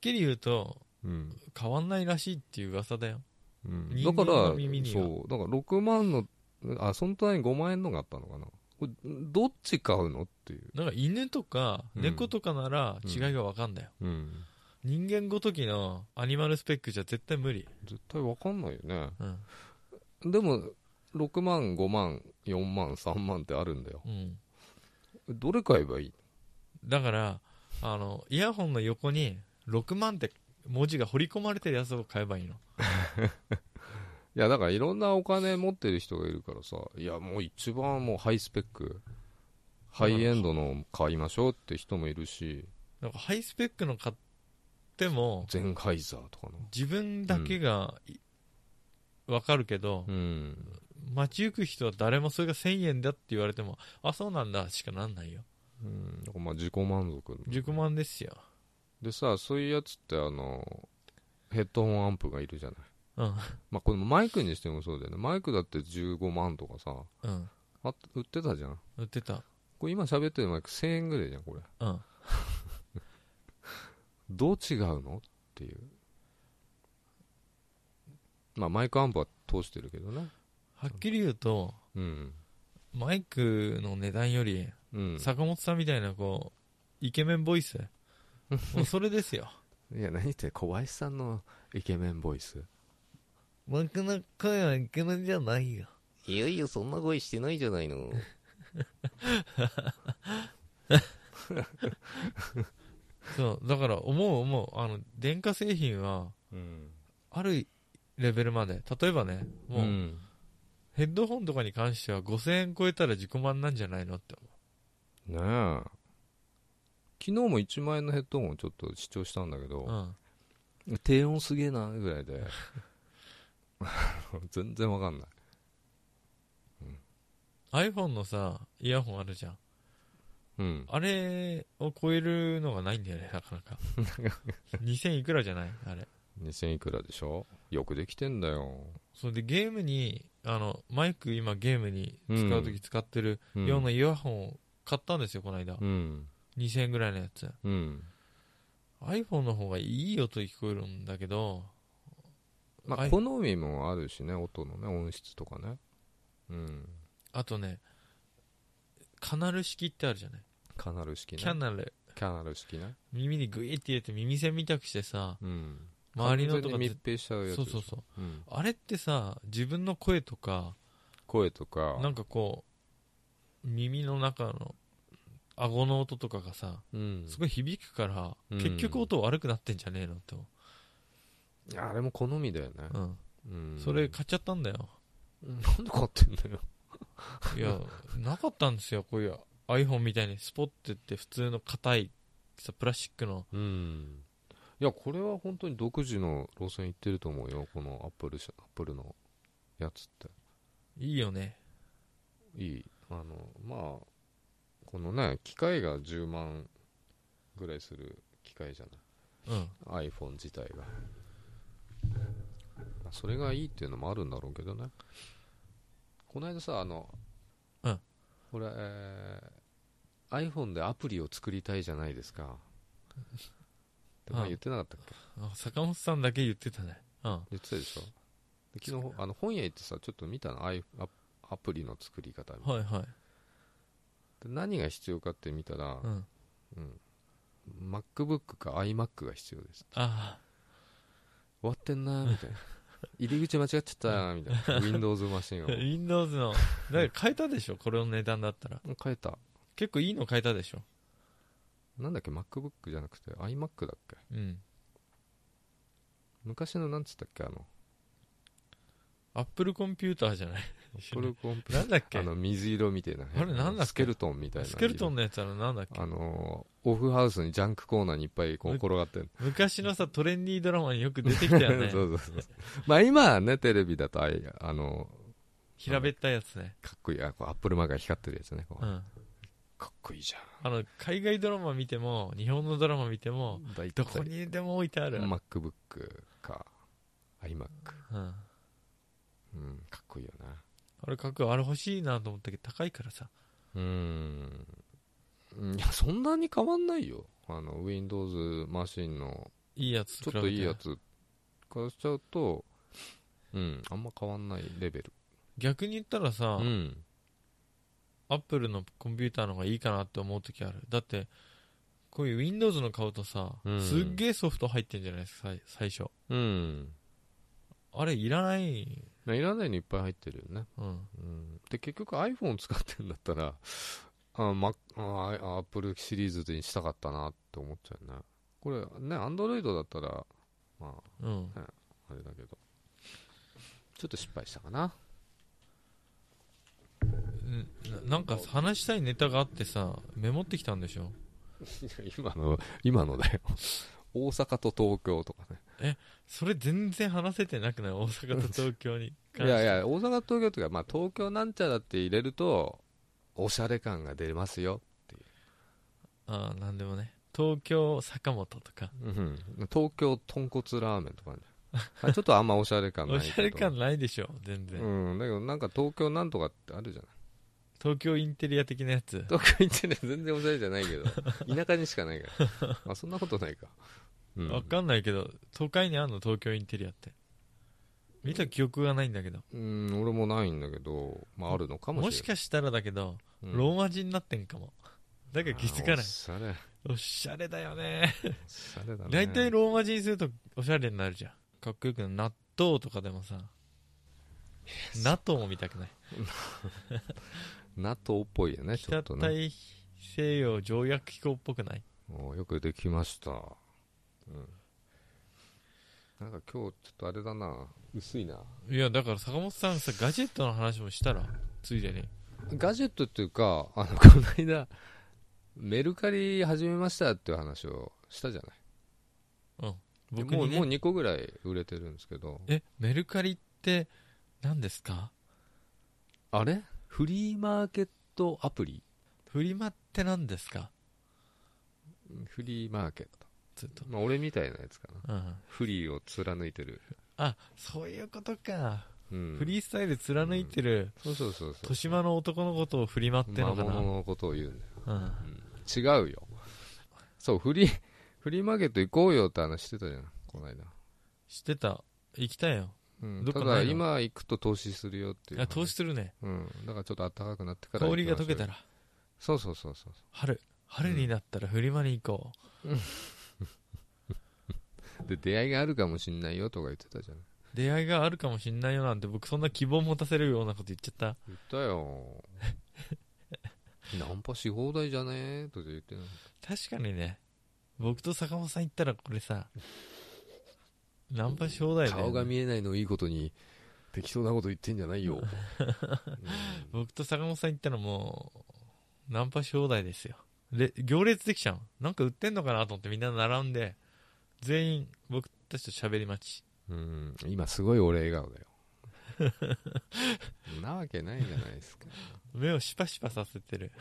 Speaker 2: きり言うと
Speaker 1: うん
Speaker 2: 変わんないらしいっていう噂だよ
Speaker 1: うん、
Speaker 2: 人
Speaker 1: だか
Speaker 2: 間
Speaker 1: ら
Speaker 2: の耳には
Speaker 1: そうだから6万のあその隣に5万円のがあったのかなこれどっち買うのっていう、
Speaker 2: なんか犬とか
Speaker 1: うん
Speaker 2: 猫とかなら違いが分かんだよ、
Speaker 1: うん、
Speaker 2: 人間ごときのアニマルスペックじゃ絶対無理、
Speaker 1: 絶対わかんないよね
Speaker 2: うん
Speaker 1: でも6万5万4万3万ってあるんだよ
Speaker 2: うん、
Speaker 1: どれ買えばいい
Speaker 2: だからあのイヤホンの横に6万って文字が彫り込まれてるやつを買えばいいの
Speaker 1: いやだからいろんなお金持ってる人がいるからさいやもう一番もうハイスペックハイエンドの買いましょうって人もいるし
Speaker 2: なんかハイスペックの買っても
Speaker 1: ゼンハイザーとかの
Speaker 2: 自分だけがい、分かるけど、
Speaker 1: うん
Speaker 2: 街行く人は誰もそれが1000円だって言われてもあそうなんだしかなんないよ
Speaker 1: うんだからまあ自己満足
Speaker 2: 10万ですよ
Speaker 1: でさそういうやつってあのヘッドホンアンプがいるじゃない
Speaker 2: うん
Speaker 1: まあこれもマイクにしてもそうだよねマイクだって15万とかさ
Speaker 2: うん
Speaker 1: あ売ってたじゃん
Speaker 2: 売ってた
Speaker 1: これ今喋ってるマイク1000円ぐらいじゃんこれ
Speaker 2: うん
Speaker 1: どう違うのっていうまあマイクアンプは通してるけどね
Speaker 2: はっきり言うと
Speaker 1: うん
Speaker 2: マイクの値段より
Speaker 1: うん
Speaker 2: 坂本さんみたいなこうイケメンボイ スもうそれですよ
Speaker 1: いや何言って小林さんのイケメンボイス
Speaker 2: 僕の声はイケメンじゃないよ
Speaker 1: いよいよそんな声してないじゃないの
Speaker 2: そうだから思う思うあの電化製品は
Speaker 1: うん
Speaker 2: あるレベルまで例えばねもう、
Speaker 1: ん
Speaker 2: ヘッドホンとかに関しては5000円超えたら自己満なんじゃないのって思
Speaker 1: ねえ昨日も1万円のヘッドホンをちょっと視聴したんだけ
Speaker 2: う、う
Speaker 1: ど、
Speaker 2: ん、
Speaker 1: 低音すげえなぐらいで 全然わかんない
Speaker 2: iPhone のさイヤホンあるじゃん
Speaker 1: うん
Speaker 2: あれを超えるのがないんだよねなかな か2000いくらじゃないあれ
Speaker 1: 2000いくらでしょよくできてんだよ、
Speaker 2: それでゲームにあのマイク今ゲームに使う時使ってる
Speaker 1: うん、
Speaker 2: ようなイヤホンを買ったんですよこの間、
Speaker 1: うん
Speaker 2: 2000円ぐらいのやつ
Speaker 1: うん
Speaker 2: iPhone の方がいい音聞こえるんだけど
Speaker 1: ま
Speaker 2: は
Speaker 1: あ
Speaker 2: い
Speaker 1: 好みもあるしね音のね音質とかねうん
Speaker 2: あとねカナル式ってあるじゃない
Speaker 1: カナル式ね
Speaker 2: キャナル
Speaker 1: キャナル式ね
Speaker 2: 耳にグイって入れて耳栓みたくしてさ
Speaker 1: うん
Speaker 2: 周りの
Speaker 1: 完
Speaker 2: と
Speaker 1: 全
Speaker 2: か
Speaker 1: に
Speaker 2: 絶
Speaker 1: 密閉しちゃうやつ
Speaker 2: そうそうそう
Speaker 1: う、うん、
Speaker 2: あれってさ自分の声とか
Speaker 1: 声とか
Speaker 2: なんかこう耳の中の顎の音とかがさ
Speaker 1: うん
Speaker 2: すごい響くから、
Speaker 1: うん
Speaker 2: 結局音悪くなってんじゃねえのと、
Speaker 1: あれも好みだよね、
Speaker 2: うん、
Speaker 1: うん
Speaker 2: それ買っちゃったん だよ
Speaker 1: なんで買ってんだよ
Speaker 2: いやなかったんですよこういう iPhone みたいにスポッてって普通の硬いさプラスチックの
Speaker 1: うんいやこれは本当に独自の路線行ってると思うよこのアップル社アップルのやつって
Speaker 2: いいよね
Speaker 1: いいあのまあこのね機械が10万ぐらいする機械じゃ
Speaker 2: うん
Speaker 1: ない iPhone 自体がまあそれがいいっていうのもあるんだろうけどねこの間さあの
Speaker 2: うん
Speaker 1: 俺、えー iPhone でアプリを作りたいじゃないですかでも
Speaker 2: うん
Speaker 1: 言ってなかったっけ
Speaker 2: あ坂本さんだけ言ってたねうん
Speaker 1: 言ってたでしょで昨日あの本屋行ってさちょっと見たのアイアアプリの作り方みたいな
Speaker 2: はいはい
Speaker 1: で何が必要かって見たら
Speaker 2: う、ん
Speaker 1: うん、MacBook か iMac が必要です
Speaker 2: あ
Speaker 1: 終わってんなーみたい な入り口間違っちゃったーみたいな Windows マシン
Speaker 2: あ
Speaker 1: を
Speaker 2: Windows のだから変えたでしょこれの値段だったら
Speaker 1: 変えた
Speaker 2: 結構いいの変えたでしょ
Speaker 1: なんだっけ MacBook じゃなくて iMac だっけ
Speaker 2: うん
Speaker 1: 昔のなんつったっけあの
Speaker 2: アップルコンピューターじゃない
Speaker 1: これコンピュー
Speaker 2: なんだっ
Speaker 1: タ
Speaker 2: け
Speaker 1: ーあの水色みたいな
Speaker 2: あれなんだっけ
Speaker 1: スケルトンみたいな
Speaker 2: スケルトン
Speaker 1: 色
Speaker 2: のやつあのなんだっけ
Speaker 1: あのーオフハウスにジャンクコーナーにいっぱいこう転がってる
Speaker 2: 昔のさトレンディードラマによく出てきたよ ね
Speaker 1: そうそうそう。まあ今はね、テレビだとあい、あの、
Speaker 2: 平べったいやつね
Speaker 1: かっこいい、あこうアップルマークが光ってるやつね。こう
Speaker 2: うん
Speaker 1: かっこいいじゃ
Speaker 2: あの海外ドラマ見ても日本のドラマ見ても
Speaker 1: ん。大体
Speaker 2: どこにでも置いてある、
Speaker 1: MacBook か、iMac。
Speaker 2: うん、
Speaker 1: うん、かっこいいよな。
Speaker 2: あれかっこいいあれ欲しいなと思ったけど高いからさ
Speaker 1: うーん。いや、そんなに変わんないよ。あの、Windows マシンの、
Speaker 2: いいやつ
Speaker 1: ちょっといいやつからしちゃうと、うん、あんま変わんないレベル。
Speaker 2: 逆に言ったら
Speaker 1: う
Speaker 2: さ、
Speaker 1: ん。
Speaker 2: アップルのコンピューターの方がいいかなって思う時あるだってこういう Windows の買うとさ、
Speaker 1: うん
Speaker 2: すっげえソフト入ってんじゃないですか最最初
Speaker 1: うん。
Speaker 2: あれいらない、
Speaker 1: まあいらないのいっぱい入ってるよね。
Speaker 2: うん、
Speaker 1: うんで結局 iPhone 使ってんだったらあ、ま、ああ Apple シリーズにしたかったなって思っちゃうねこれね Android だったらま
Speaker 2: うん、
Speaker 1: ああれだけどちょっと失敗したかな
Speaker 2: ななんか話したいネタがあってさメモってきたんでしょ
Speaker 1: 今の今のだよ大阪と東京とかね
Speaker 2: それ全然話せてなくない大阪と東京に
Speaker 1: い
Speaker 2: 関して
Speaker 1: やいや大阪と東京というか、まあ、東京なんちゃらって入れるとおしゃれ感が出ますよ、
Speaker 2: ああなんでもね東京坂本とか
Speaker 1: うん、東京豚骨ラーメンとかね あちょっとあんまおしゃれ感ない
Speaker 2: お
Speaker 1: けど
Speaker 2: しゃれ感ないでしょ全然、
Speaker 1: うん、だけどなんか東京なんとかってあるじゃ ない
Speaker 2: 東京インテリア的なやつ
Speaker 1: 東京行ってね全然おしゃれじゃないけど田舎にしかない からあそんなことないか、うん、
Speaker 2: わかんないけど都会にあんの東京インテリアって見た記憶がないんだけど
Speaker 1: うん俺もないんだけど、まあ、あるのか
Speaker 2: も
Speaker 1: も
Speaker 2: し
Speaker 1: しれない
Speaker 2: かしたらだけど、
Speaker 1: も
Speaker 2: ローマ字になってんかもだから気づか
Speaker 1: お
Speaker 2: ない
Speaker 1: しゃれ
Speaker 2: おしゃれだよね
Speaker 1: おしゃれだね
Speaker 2: 大体ローマ字にするとおしゃれになるじゃんかっこよくなる納豆とかでもさ納豆も見たくない
Speaker 1: NATO っぽいよねちょ
Speaker 2: 北
Speaker 1: っとね
Speaker 2: 大西洋条約機構っぽくない
Speaker 1: およくできました、うん、なんか今日ちょっとあれだな薄いない
Speaker 2: やだから坂本さんさガジェットの話もしたらついでに
Speaker 1: ガジェットっていうかあの この間メルカリ始めましたっていう話をしたじゃない
Speaker 2: 僕
Speaker 1: もう
Speaker 2: に、ね、
Speaker 1: もう2個ぐらい売れてるんですけど
Speaker 2: えメルカリって何ですか
Speaker 1: あれフリーマーケットアプリ
Speaker 2: フリマって何ですか
Speaker 1: フリーマーケット、
Speaker 2: ずっと、
Speaker 1: まあ、俺みたいなやつかな
Speaker 2: うん、
Speaker 1: フリーを貫いてる、
Speaker 2: あそういうことか、
Speaker 1: うん、
Speaker 2: フリースタイル貫いてる、
Speaker 1: そうそうそうそう
Speaker 2: 豊島の男のことをフリマっての
Speaker 1: 魔
Speaker 2: かな、
Speaker 1: 物のことを言うんだ
Speaker 2: うん、
Speaker 1: よ違うよそうフリーフリーマーケット行こうよって話してたじゃんこの間、
Speaker 2: 知ってた行きたいよ
Speaker 1: うん、
Speaker 2: ど
Speaker 1: た
Speaker 2: っかないの
Speaker 1: だ今行くと投資するよっていう
Speaker 2: あ
Speaker 1: 話
Speaker 2: 投資するね
Speaker 1: うん、だからちょっと暖かくなってから
Speaker 2: 香りが溶けた
Speaker 1: ら
Speaker 2: ら
Speaker 1: そうそうそうそう
Speaker 2: 春春になったらフリマに行こう、
Speaker 1: で出会いがあるかもしんないよとか言ってたじゃん
Speaker 2: 出会いがあるかもしんないよなんて僕そんな希望持たせるようなこと言っちゃった
Speaker 1: 言ったよ ナンパし放題じゃねえとか言ってな
Speaker 2: 確かにね僕と坂本さん行ったらこれさナンパし放題だよ、ね、
Speaker 1: 顔が見えないのをいいことに適当なこと言ってんじゃない よ、うん
Speaker 2: 僕と坂本さん行ったらもうナンパし放題ですよで行列できちゃうなんか売ってんのかなと思ってみんな並んで全員僕たちと喋り待ち
Speaker 1: うん、今すごい俺笑顔だよ なわけないじゃないですか、
Speaker 2: 目をシパシパさせてる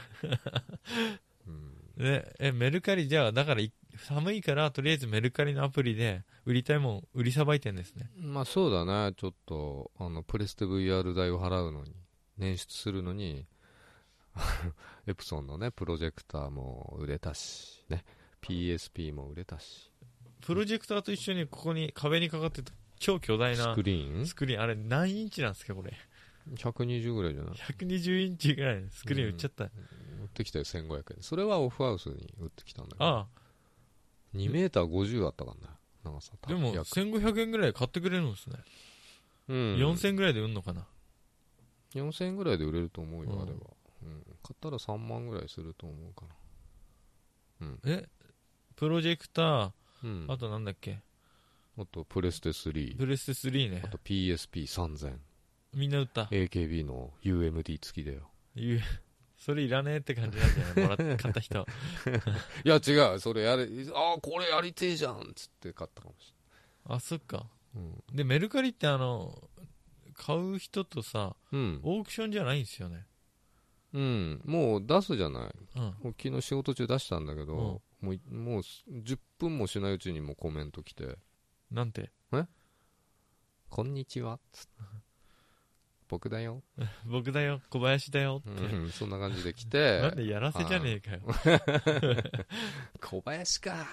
Speaker 1: うん、
Speaker 2: でえメルカリじゃあだからい寒いからとりあえずメルカリのアプリで売りたいもん売りさばいてんですね
Speaker 1: まあそうだねちょっとあのプレステ VR 代を払うのに捻出するのに エプソンのねプロジェクターも売れたしね PSP も売れたし
Speaker 2: プロジェクターと一緒にここに壁にかかってた超巨大
Speaker 1: ス
Speaker 2: な
Speaker 1: クリーン
Speaker 2: スクリーンあれ何インチなんですかこれ
Speaker 1: 120ぐらいじゃない
Speaker 2: 120インチぐらいのスクリーン売っちゃった、
Speaker 1: 売ってきたよ1500円それはオフハウスに売ってきたんだけど
Speaker 2: あ
Speaker 1: 2メーター50あったからね長さ
Speaker 2: あでも
Speaker 1: 約
Speaker 2: 1500円ぐらい買ってくれるんですね、
Speaker 1: うん、
Speaker 2: 4000円ぐらいで売んのかな
Speaker 1: 4000円ぐらいで売れると思うよ、
Speaker 2: うん
Speaker 1: あれは、うん、買ったら3万ぐらいすると思うか
Speaker 2: えプロジェクター
Speaker 1: な、うん、
Speaker 2: あとなんだっけ
Speaker 1: あとプレステ3
Speaker 2: プレステ3ね
Speaker 1: あと PSP3000
Speaker 2: みんな売った
Speaker 1: AKB の UMD 付きだよ
Speaker 2: いうそれいらねえって感じなんじゃないもらっ買った人
Speaker 1: いや違うそれやれああこれやりてえじゃんっつって買ったかもし
Speaker 2: あそっか
Speaker 1: れない
Speaker 2: でメルカリってあの買う人とさ
Speaker 1: うん、
Speaker 2: オークションじゃないんですよね
Speaker 1: うんうん、もう出すじゃない
Speaker 2: うん
Speaker 1: 昨日仕事中出したんだけど、もういもう10分もしないうちにもうコメント来て
Speaker 2: なんて
Speaker 1: 「こんにちは」っつって「僕だよ」
Speaker 2: 僕だよ小林だよ
Speaker 1: う
Speaker 2: って、
Speaker 1: ん、そん な感じで来て
Speaker 2: なんでやらせじゃねえかよ
Speaker 1: 小林 か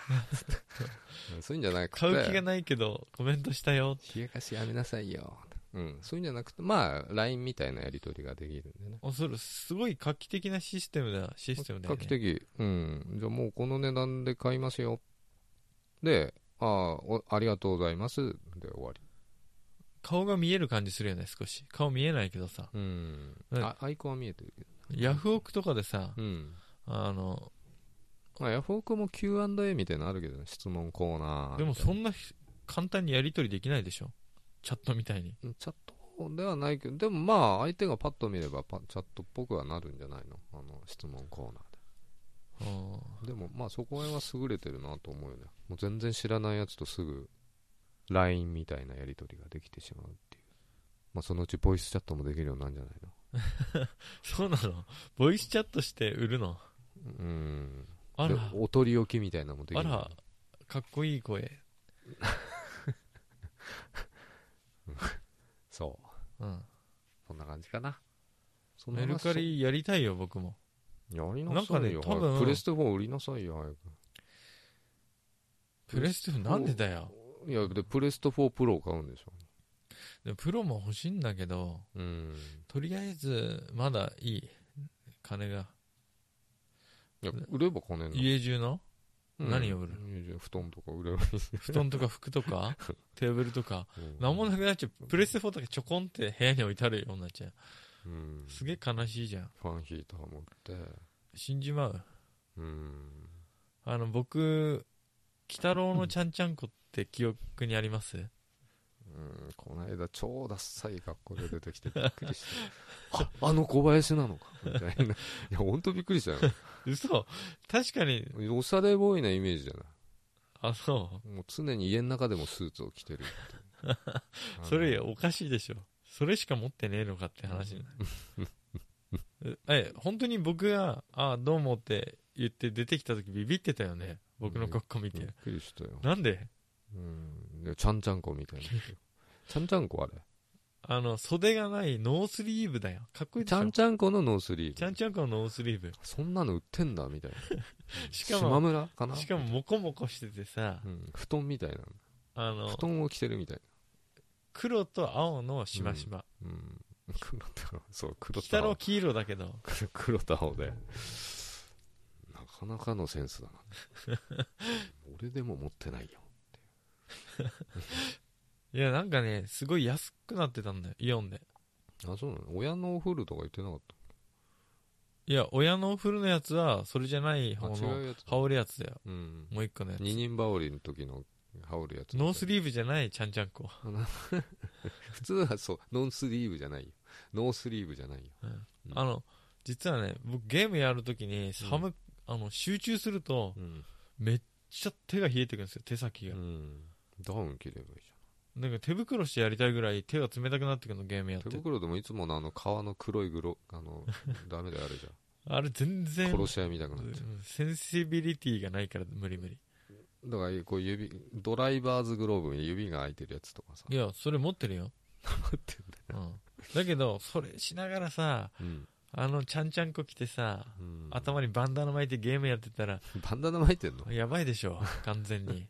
Speaker 1: そういうんじゃなくて
Speaker 2: 買う気がないけどコメントしたよ
Speaker 1: 冷やかしやめなさいよ、うん、そういうんじゃなくてまあ LINE みたいなやり取りができるんでね
Speaker 2: あそれすごい画期的なシステムだシステムだよ
Speaker 1: 画
Speaker 2: ね
Speaker 1: 期的うんじゃあもうこの値段で買いますよでああおありがとうございますで終わり
Speaker 2: 顔が見える感じするよね少し顔見えないけどさ
Speaker 1: うん
Speaker 2: うん
Speaker 1: あアイコンは見えてるけど
Speaker 2: ヤフオクとかでさ
Speaker 1: うん
Speaker 2: あの
Speaker 1: まあヤフオクも Q&A みたいなのあるけどね質問コーナー
Speaker 2: でも
Speaker 1: みたいな
Speaker 2: そんなひ簡単にやり取りできないでしょチャットみたいに
Speaker 1: うんチャットではないけどでもまあ相手がパッと見ればパチャットっぽくはなるんじゃないのあの質問コーナーで
Speaker 2: うん
Speaker 1: でもまあそこら辺は優れてるなと思うよねもう全然知らないやつとすぐ LINE みたいなやり取りができてしまうっていうまあそのうちボイスチャットもできるようになるんじゃないの
Speaker 2: そうなのボイスチャットして売るの
Speaker 1: うん
Speaker 2: あ
Speaker 1: で
Speaker 2: ら
Speaker 1: お取り置きみたいなのもでき
Speaker 2: あ
Speaker 1: る
Speaker 2: らかっこいい声
Speaker 1: そう
Speaker 2: うん
Speaker 1: そんな感じかなそんな
Speaker 2: メルカリやりたいよ僕も
Speaker 1: やりなさいよ、
Speaker 2: なんかね多分
Speaker 1: 早くプレステ4売りなさいよ早
Speaker 2: プレステ4なんでだよ
Speaker 1: くいやでプレステ4プロを買うんでしょ
Speaker 2: でもプロも欲しいんだけど
Speaker 1: うん
Speaker 2: とりあえずまだいい金が
Speaker 1: いや売れば金になる
Speaker 2: 家中の
Speaker 1: うん
Speaker 2: 何を売る
Speaker 1: いいじゃん布団とか売ればいいし、
Speaker 2: 布団とか服とかテーブルとか
Speaker 1: うん
Speaker 2: 何もなくなっちゃうプレステ4とかちょこんって部屋に置いてあるようになっちゃう
Speaker 1: うん
Speaker 2: すげえ悲しいじゃん
Speaker 1: ファンヒーター持って
Speaker 2: 死んじまう
Speaker 1: うん
Speaker 2: あの僕鬼太郎のちゃんちゃんこって記憶にあります、
Speaker 1: うんこの間超ダッサい格好で出てきてびっくりしたあ あの小林なのかみ たいないや本当びっくりしたよ
Speaker 2: 嘘確かに
Speaker 1: おしゃれボーイなイメージじゃな
Speaker 2: あそう
Speaker 1: いもう常に家の中でもスーツを着てるって いうあの
Speaker 2: それおかしいでしょそれしか持ってねえのかって話にな るえ本当に僕が「あどうも」って言って出てきた時ビビってたよね僕の格好見
Speaker 1: びってくりしたよ
Speaker 2: なんで
Speaker 1: うんでちゃんちゃんこみたいなちゃんちゃんこあれ
Speaker 2: あの袖がないノースリーブだよかっこいいで
Speaker 1: ち
Speaker 2: し
Speaker 1: ゃ
Speaker 2: ょ
Speaker 1: んちゃんこのノースリー
Speaker 2: ちゃ
Speaker 1: ブ
Speaker 2: んちゃんこのノースリーブ
Speaker 1: そんなの売ってんだみたいな
Speaker 2: しか
Speaker 1: 島
Speaker 2: も
Speaker 1: 村かな
Speaker 2: しかもモコモコしててさ
Speaker 1: うん、布団みたい
Speaker 2: あ
Speaker 1: な
Speaker 2: の
Speaker 1: 布団を着てるみたい
Speaker 2: 黒と青のしましま
Speaker 1: なうん 黒とそう黒
Speaker 2: 鬼
Speaker 1: と
Speaker 2: 太郎黄色だけど
Speaker 1: 黒と青でなかなかのセンスだな俺でも持ってないよ
Speaker 2: いやなんかねすごい安くなってたんだよイオンで
Speaker 1: あそうなの親のお風呂とか言ってなかっ
Speaker 2: いや親のお風呂のやつはそれじゃない
Speaker 1: た
Speaker 2: 方
Speaker 1: あ
Speaker 2: の
Speaker 1: 違うやつ
Speaker 2: 羽織るやつだよ
Speaker 1: うん
Speaker 2: もう一個のやつ
Speaker 1: 二人羽織の時の羽織るやつ
Speaker 2: ノース
Speaker 1: リー
Speaker 2: リーブじゃないちゃんちゃんこ
Speaker 1: ブ 普通はそうノンスリーブじゃないよノースリーブじゃないようん
Speaker 2: あの実はね僕ゲームやるときに寒、あの集中すると
Speaker 1: うん、
Speaker 2: めっちゃ手が冷えてくるんですよ手先が、
Speaker 1: うん、ダウン着ればいいじ
Speaker 2: なんか手袋してやりたいぐらい手が冷たくなってくるのゲームや
Speaker 1: ゃ
Speaker 2: っ
Speaker 1: ん手
Speaker 2: て
Speaker 1: 袋でもいつものあの革の黒いグロあ のダメだよあれじ
Speaker 2: あれ全
Speaker 1: ゃん
Speaker 2: 然
Speaker 1: 殺し合いみたくなって
Speaker 2: うんセンシビリティがないから無理無理
Speaker 1: だからこう指ドライバーズグローブに指が空いてるやつとかさ
Speaker 2: いやそれ持ってるようん、だけどそれしながらさ
Speaker 1: うん、
Speaker 2: あのちゃんちゃんこ着てさ、
Speaker 1: うん、
Speaker 2: 頭にバンダナ巻いてゲームやってたら
Speaker 1: バンダナ巻いてんの
Speaker 2: やばいでしょ完全に、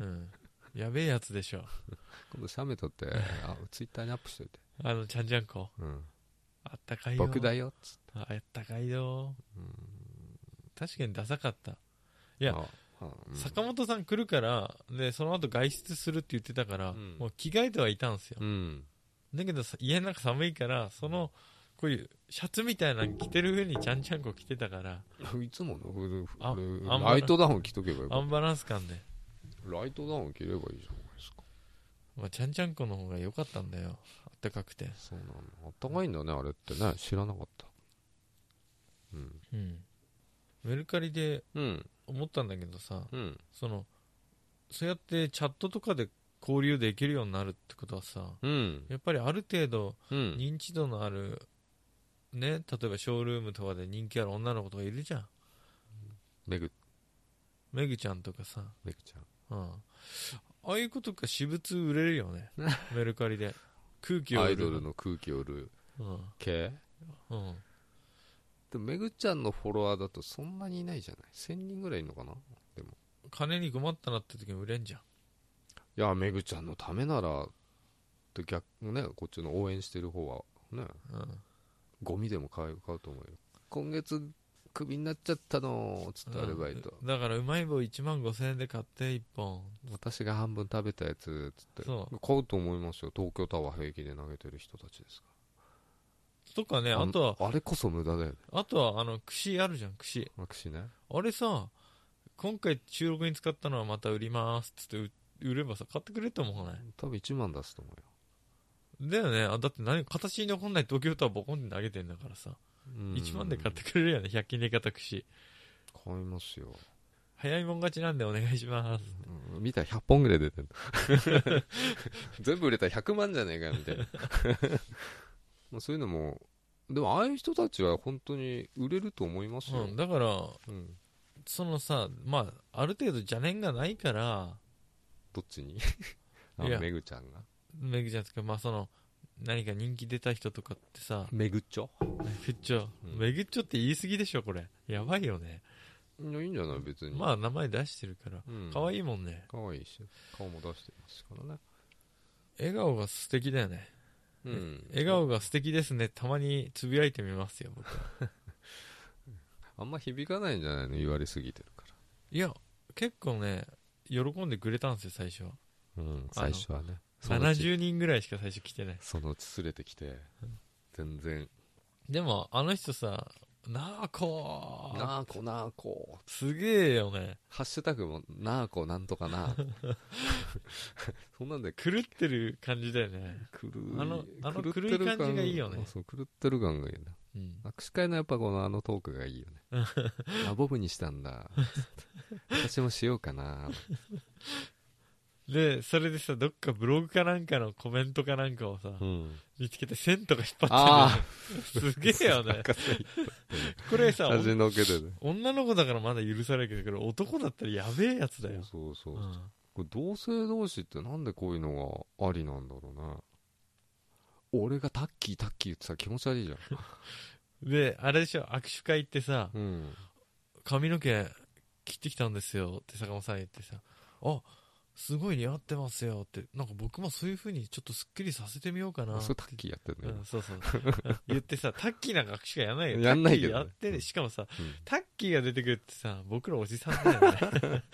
Speaker 2: うん、やべえやつでしょ
Speaker 1: 今度写メ撮ってあツイッターにアップしといて、
Speaker 2: あのちゃんちゃんこ
Speaker 1: うん、
Speaker 2: あったかいよ
Speaker 1: 僕だよっつっ
Speaker 2: ああったかいよ
Speaker 1: て、うん、
Speaker 2: 確かにダサかった、い
Speaker 1: い
Speaker 2: や
Speaker 1: うん、
Speaker 2: 坂本さん来るからでその後外出するって言ってたから、
Speaker 1: うん
Speaker 2: もう着替えてはいたんですよ
Speaker 1: うん
Speaker 2: だけどさ家の中寒いからそのこういうシャツみたいなの着てる上にちゃんちゃんこ着てたから
Speaker 1: いつものふるふ
Speaker 2: あ
Speaker 1: る
Speaker 2: あんま
Speaker 1: ライトダウン着とけばよか
Speaker 2: ア
Speaker 1: っ
Speaker 2: ンバランス感で、
Speaker 1: たライトダウン着ればいいじゃないですか
Speaker 2: まあ、ちゃんちゃんこの方が良かったんだよあったかくて
Speaker 1: そうなのあったかいんだねあれってね知らなかったうん
Speaker 2: うんメルカリで
Speaker 1: うん
Speaker 2: 思ったんだけどさ
Speaker 1: うん
Speaker 2: そのそうやってチャットとかで交流できるようになるってことはさ
Speaker 1: うん
Speaker 2: やっぱりある程度
Speaker 1: うん
Speaker 2: 認知度のあるね例えばショールームとかで人気ある女の子とかいるじゃん
Speaker 1: めぐ
Speaker 2: めぐちゃんとかさ、
Speaker 1: めぐちゃん
Speaker 2: うん、ああいうことか私物売れる よねメルカリで空気を売る
Speaker 1: アイドルの空気を売る
Speaker 2: うん
Speaker 1: 系
Speaker 2: うん、
Speaker 1: でもめぐちゃんのフォロワーだとそんなにいないじゃない1000人ぐらいいるのかない
Speaker 2: 金に困ったなって時に売れんじゃん
Speaker 1: やめぐちゃんのためならって逆ねこっちの応援してる方はね
Speaker 2: うん
Speaker 1: ゴミでも買う買うと思うよ今月クビになっちゃったのつってアルバイト、
Speaker 2: うんだからうまい棒1万5000円で買って1本
Speaker 1: 私が半分食べたやつつって
Speaker 2: そ
Speaker 1: 買うと思いますよ東京タワー平気で投げてる人たちですか
Speaker 2: うとかね
Speaker 1: ら
Speaker 2: あとは
Speaker 1: ああれこそ無駄だよね
Speaker 2: あとはあの串あるじゃん串
Speaker 1: 私ね
Speaker 2: あれさ今回収録に使ったのはまた売りますっつって売売ればさ買ってくれると思わない
Speaker 1: 多分1万出すと思うよ
Speaker 2: だよねあだって何形に残んない東京タワーボコンって投げてんだからさ、
Speaker 1: うん
Speaker 2: 1万で買ってくれるよね100均で買ったくし
Speaker 1: 買いますよ、
Speaker 2: 早いもん勝ちなんでお願いします、
Speaker 1: うん、見たら100本ぐらい出てる 全部売れたら100万じゃねえかよみたいな まあそういうのもでもああいう人たちは本当に売れると思います
Speaker 2: う
Speaker 1: よ、
Speaker 2: ん、だから
Speaker 1: うん
Speaker 2: そのさまあある程度邪念がないから
Speaker 1: どっちに
Speaker 2: いや
Speaker 1: あめぐちゃんが
Speaker 2: めぐちゃんですかまあその何か人気出た人とかってさ
Speaker 1: めぐっちょ
Speaker 2: めぐっちょ
Speaker 1: うん
Speaker 2: めぐっちょって言い過ぎでしょこれやばいよね
Speaker 1: いやいいんじゃない別に
Speaker 2: まあ名前出してるから
Speaker 1: うん
Speaker 2: 可愛いもんね
Speaker 1: 可愛いし顔も出してますからね
Speaker 2: 笑顔が素敵だよね
Speaker 1: うん
Speaker 2: 笑顔が素敵ですねたまにつぶやいてみますよ僕
Speaker 1: あんま響かないんじゃないの言われすぎてるか
Speaker 2: いや結構ね喜んでくれたんですよ最初は
Speaker 1: らうん最初はねそのうち
Speaker 2: 70人ぐらいしか最初来てない
Speaker 1: そのうち連れてきて全然
Speaker 2: でもあの人さ「なあこー
Speaker 1: なあこなあこ
Speaker 2: すげえよね
Speaker 1: ハッシュタグもなあこなんとかなそんなんで
Speaker 2: 狂ってる感じだよね
Speaker 1: 狂い
Speaker 2: あのあの
Speaker 1: 狂ってる
Speaker 2: 狂い感じがいいよね
Speaker 1: 感そう狂ってる感がいいよね
Speaker 2: うん
Speaker 1: 握手会のやっぱこのあのトークがいいよね あボブにしたんだつって私もしようかな
Speaker 2: でそれでさどっかブログかなんかのコメントかなんかをさ、
Speaker 1: うん
Speaker 2: 見つけて線とか引っ張
Speaker 1: あ
Speaker 2: ってる すげえよね
Speaker 1: かさい
Speaker 2: これさ
Speaker 1: 味のけてね
Speaker 2: 女の子だからまだ許されるけど男だったらやべえやつだよ
Speaker 1: そうそうそうう、
Speaker 2: ん
Speaker 1: これ同性同士ってなんでこういうのがありなんだろうね俺がタッキータッキー言ってたら気持ち悪いじゃん、
Speaker 2: であれでしょ握手会ってさ
Speaker 1: うん、
Speaker 2: 髪の毛切ってきたんですよって坂本さん言ってさあすごい似合ってますよってなんか僕もそういう風にちょっとすっきりさせてみようかな
Speaker 1: それタッキーやって
Speaker 2: う
Speaker 1: るね
Speaker 2: ん、そうそう言ってさタッキーなんか握手会やんないよ
Speaker 1: やんないけどね
Speaker 2: タッキーやってねしかもさ
Speaker 1: うん
Speaker 2: タッ キーが出てくるってさ僕らおじさんだよね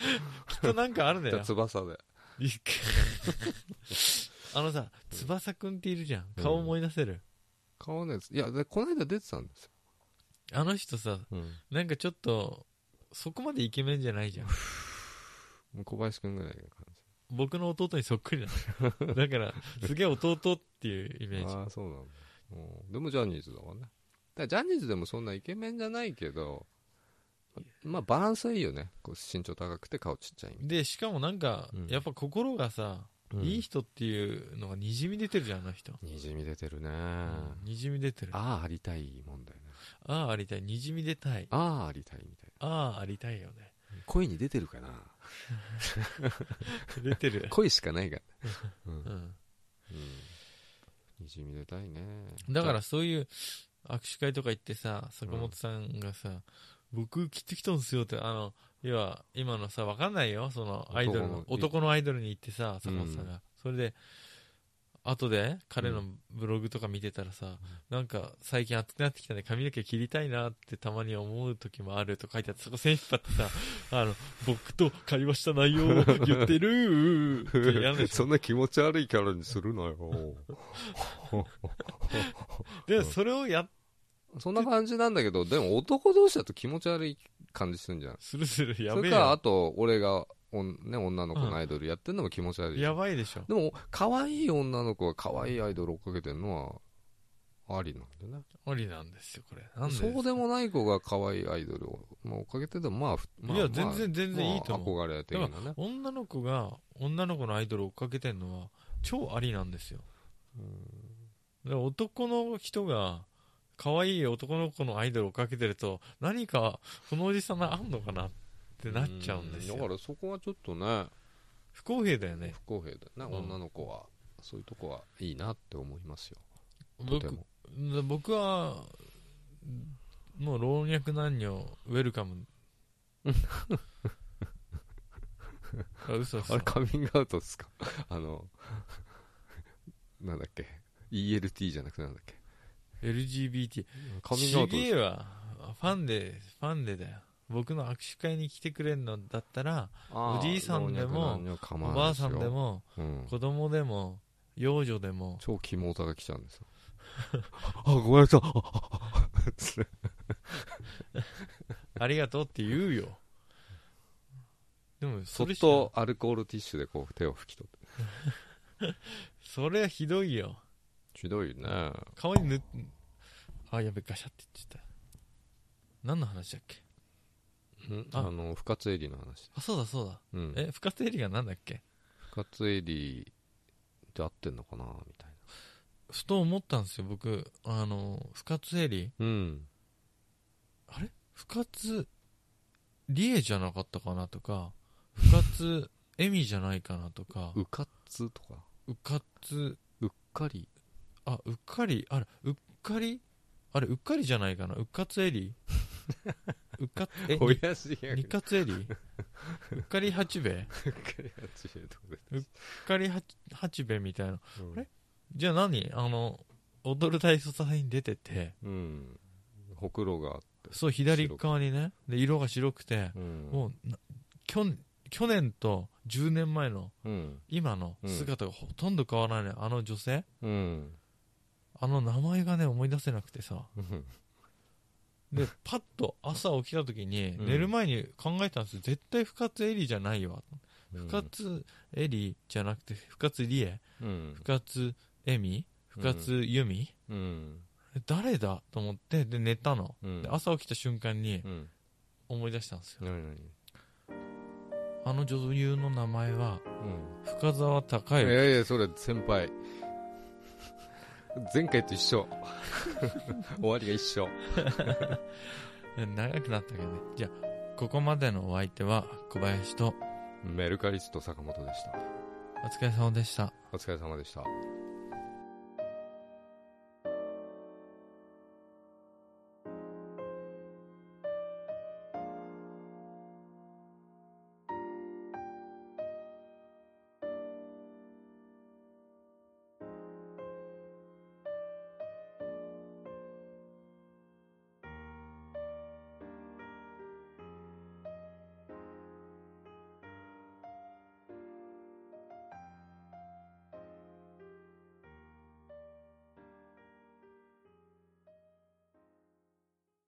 Speaker 2: きっとなんかあるんだ
Speaker 1: じゃ
Speaker 2: よ
Speaker 1: あ翼で
Speaker 2: いいかあのさ翼くんっているじゃん顔思い出せる、
Speaker 1: 買わないですいやでこの間出てたんですよ、
Speaker 2: あの人さなんかちょっとそこまでイケメンじゃないじゃん
Speaker 1: もう小林くんぐらいの感
Speaker 2: 僕の弟にそっくりな のだからすげえ弟っていうイメ
Speaker 1: じ
Speaker 2: ージ
Speaker 1: ああーそうなんだ、うん、でもジャニーズだわねだからジャニーズでもそんなイケメンじゃないけどまあバランスはいいよねこう身長高くて顔ちっちゃいみ
Speaker 2: でしかもなんか、
Speaker 1: うん
Speaker 2: やっぱ心がさ、
Speaker 1: たいな、
Speaker 2: いい人っていうのがにじみ出てるじゃんあの人、
Speaker 1: にじみ出てるね、
Speaker 2: にじみ出てるあ
Speaker 1: ああありたいもんだよね
Speaker 2: あーありたいにじみ出たい
Speaker 1: ああありたいみたい
Speaker 2: ああありたいよね
Speaker 1: な声に出てる かな
Speaker 2: 出 てる、
Speaker 1: 声しかないから、うん
Speaker 2: うん、
Speaker 1: にじみ出たいね
Speaker 2: だからそういう握手会とか行ってさ坂本さんがさ、僕切ってきたんすよってあの要は今のさ分かんないよそのアイドルの
Speaker 1: 男の
Speaker 2: 男のアイドルに行ってさ坂本さんが、それで後で彼のブログとか見てたらさ、なんか最近暑くなってきたんで髪の毛切りたいなってたまに思う時もあると書いてあってそこ線引っ 張ってさあの僕と会話した内容を言ってるってやる で しょ
Speaker 1: そんな気持ち悪いキャラにするなよ
Speaker 2: でそれをやっ
Speaker 1: そんな感じなんだけどでも男同士だと気持ち悪い感じするんじゃない
Speaker 2: するするや
Speaker 1: そ
Speaker 2: べ
Speaker 1: れ
Speaker 2: え
Speaker 1: かあ
Speaker 2: よ
Speaker 1: と俺がおん、ね、女の子のアイドルやってんのも気持ち悪い、
Speaker 2: やばいでしょ
Speaker 1: でも可愛い女の子が可愛いアイドル追っかけてるのはありなんでね
Speaker 2: ありなんですよこれなんで
Speaker 1: そうでもない子が可愛いアイドルを、まあ、追っかけててもまあふ、まあ、
Speaker 2: いや
Speaker 1: ま
Speaker 2: 全
Speaker 1: あ
Speaker 2: 然全然いいと思う、
Speaker 1: まあ、憧れ的なね
Speaker 2: 女の子が女の子のアイドルを追っかけてんのは超ありなんですよだから男の人が可愛い男の子のアイドルを追っかけてると何かこのおじさんがあんのかなってなっちゃうんです
Speaker 1: だか
Speaker 2: よ
Speaker 1: らそこはちょっとね
Speaker 2: 不公平だよね
Speaker 1: 不公平だよね、
Speaker 2: うん
Speaker 1: 女の子はそういうとこはいいなって思いますよとて
Speaker 2: 僕
Speaker 1: も
Speaker 2: 僕はもう老若男女ウェルカム あ嘘嘘
Speaker 1: あれカミングアウトですか あのなんだっけ ELT じゃなくてなんだっけ
Speaker 2: LGBT
Speaker 1: カミングアウト
Speaker 2: ち
Speaker 1: で
Speaker 2: げ
Speaker 1: す
Speaker 2: えわファンでファンでだよ僕の握手会に来てくれんのだったら
Speaker 1: あー
Speaker 2: おじいさんでも
Speaker 1: 老若男女構
Speaker 2: お
Speaker 1: わ
Speaker 2: ば
Speaker 1: ない
Speaker 2: あ
Speaker 1: す
Speaker 2: さ
Speaker 1: よ
Speaker 2: んでも
Speaker 1: うん
Speaker 2: 子供でも幼女でも
Speaker 1: 超キモオタが来ちゃうんですよ あごめんなさいあ ああつって
Speaker 2: ありがとうって言うよでも
Speaker 1: そ
Speaker 2: そ
Speaker 1: っ
Speaker 2: れ
Speaker 1: とアルコールティッシュでこう手を拭き取って
Speaker 2: それはひどいよ
Speaker 1: ひどいね
Speaker 2: 顔に塗っあやべガシャって言っちゃった何の話だっけ
Speaker 1: ん
Speaker 2: あ
Speaker 1: あの不活エリの話、
Speaker 2: あそうだそうだ
Speaker 1: うん、
Speaker 2: え深瀬エリがなんだっけ
Speaker 1: 不活エリって合ってんのかなみたい
Speaker 2: ふと思ったんですよ僕あの深津エリ
Speaker 1: なうん
Speaker 2: あれ深津理恵じゃなかったかなとか、深津恵美じゃないかなとか、
Speaker 1: うかっつとか
Speaker 2: うかつ、
Speaker 1: うっかり
Speaker 2: あ、うっかり、あれ、うっかり、あれ、うっかりじゃないかな、うっかつえりうっ かつ、え、に
Speaker 1: やしや
Speaker 2: にっかつえりうっかり八兵衛う
Speaker 1: うっかり八兵衛とかで
Speaker 2: っかり八八兵衛みたいな。
Speaker 1: うん
Speaker 2: あれじゃあ何あの、踊る大捜査隊に出てて、
Speaker 1: うんほくろが
Speaker 2: そう、左側にね、で、色が白くて、
Speaker 1: うん
Speaker 2: もうな、去年去年と10年前の、
Speaker 1: うん
Speaker 2: 今の姿がほとんど変わらない、あの女性
Speaker 1: うん
Speaker 2: あの名前がね思い出せなくてさ
Speaker 1: うん
Speaker 2: でパッと朝起きた時に、
Speaker 1: うん
Speaker 2: 寝る前に考えたんですよ絶対深津絵里じゃないわ、
Speaker 1: うん
Speaker 2: 深津絵里じゃなくて深津理恵
Speaker 1: うん
Speaker 2: 深津恵美深津由美、
Speaker 1: うん
Speaker 2: 誰だと思ってで寝たの、
Speaker 1: うん
Speaker 2: で朝起きた瞬間に
Speaker 1: うん
Speaker 2: 思い出したんですよ
Speaker 1: 何々
Speaker 2: あの女優の名前は
Speaker 1: うん
Speaker 2: 深沢孝
Speaker 1: い
Speaker 2: 之、
Speaker 1: やいやそれ先輩前回と一 緒終わりが一緒
Speaker 2: 長くなったけどねじゃあここまでのお相手は小林と
Speaker 1: メルカリスト坂本でした
Speaker 2: お疲れ様でした
Speaker 1: お疲れ様でした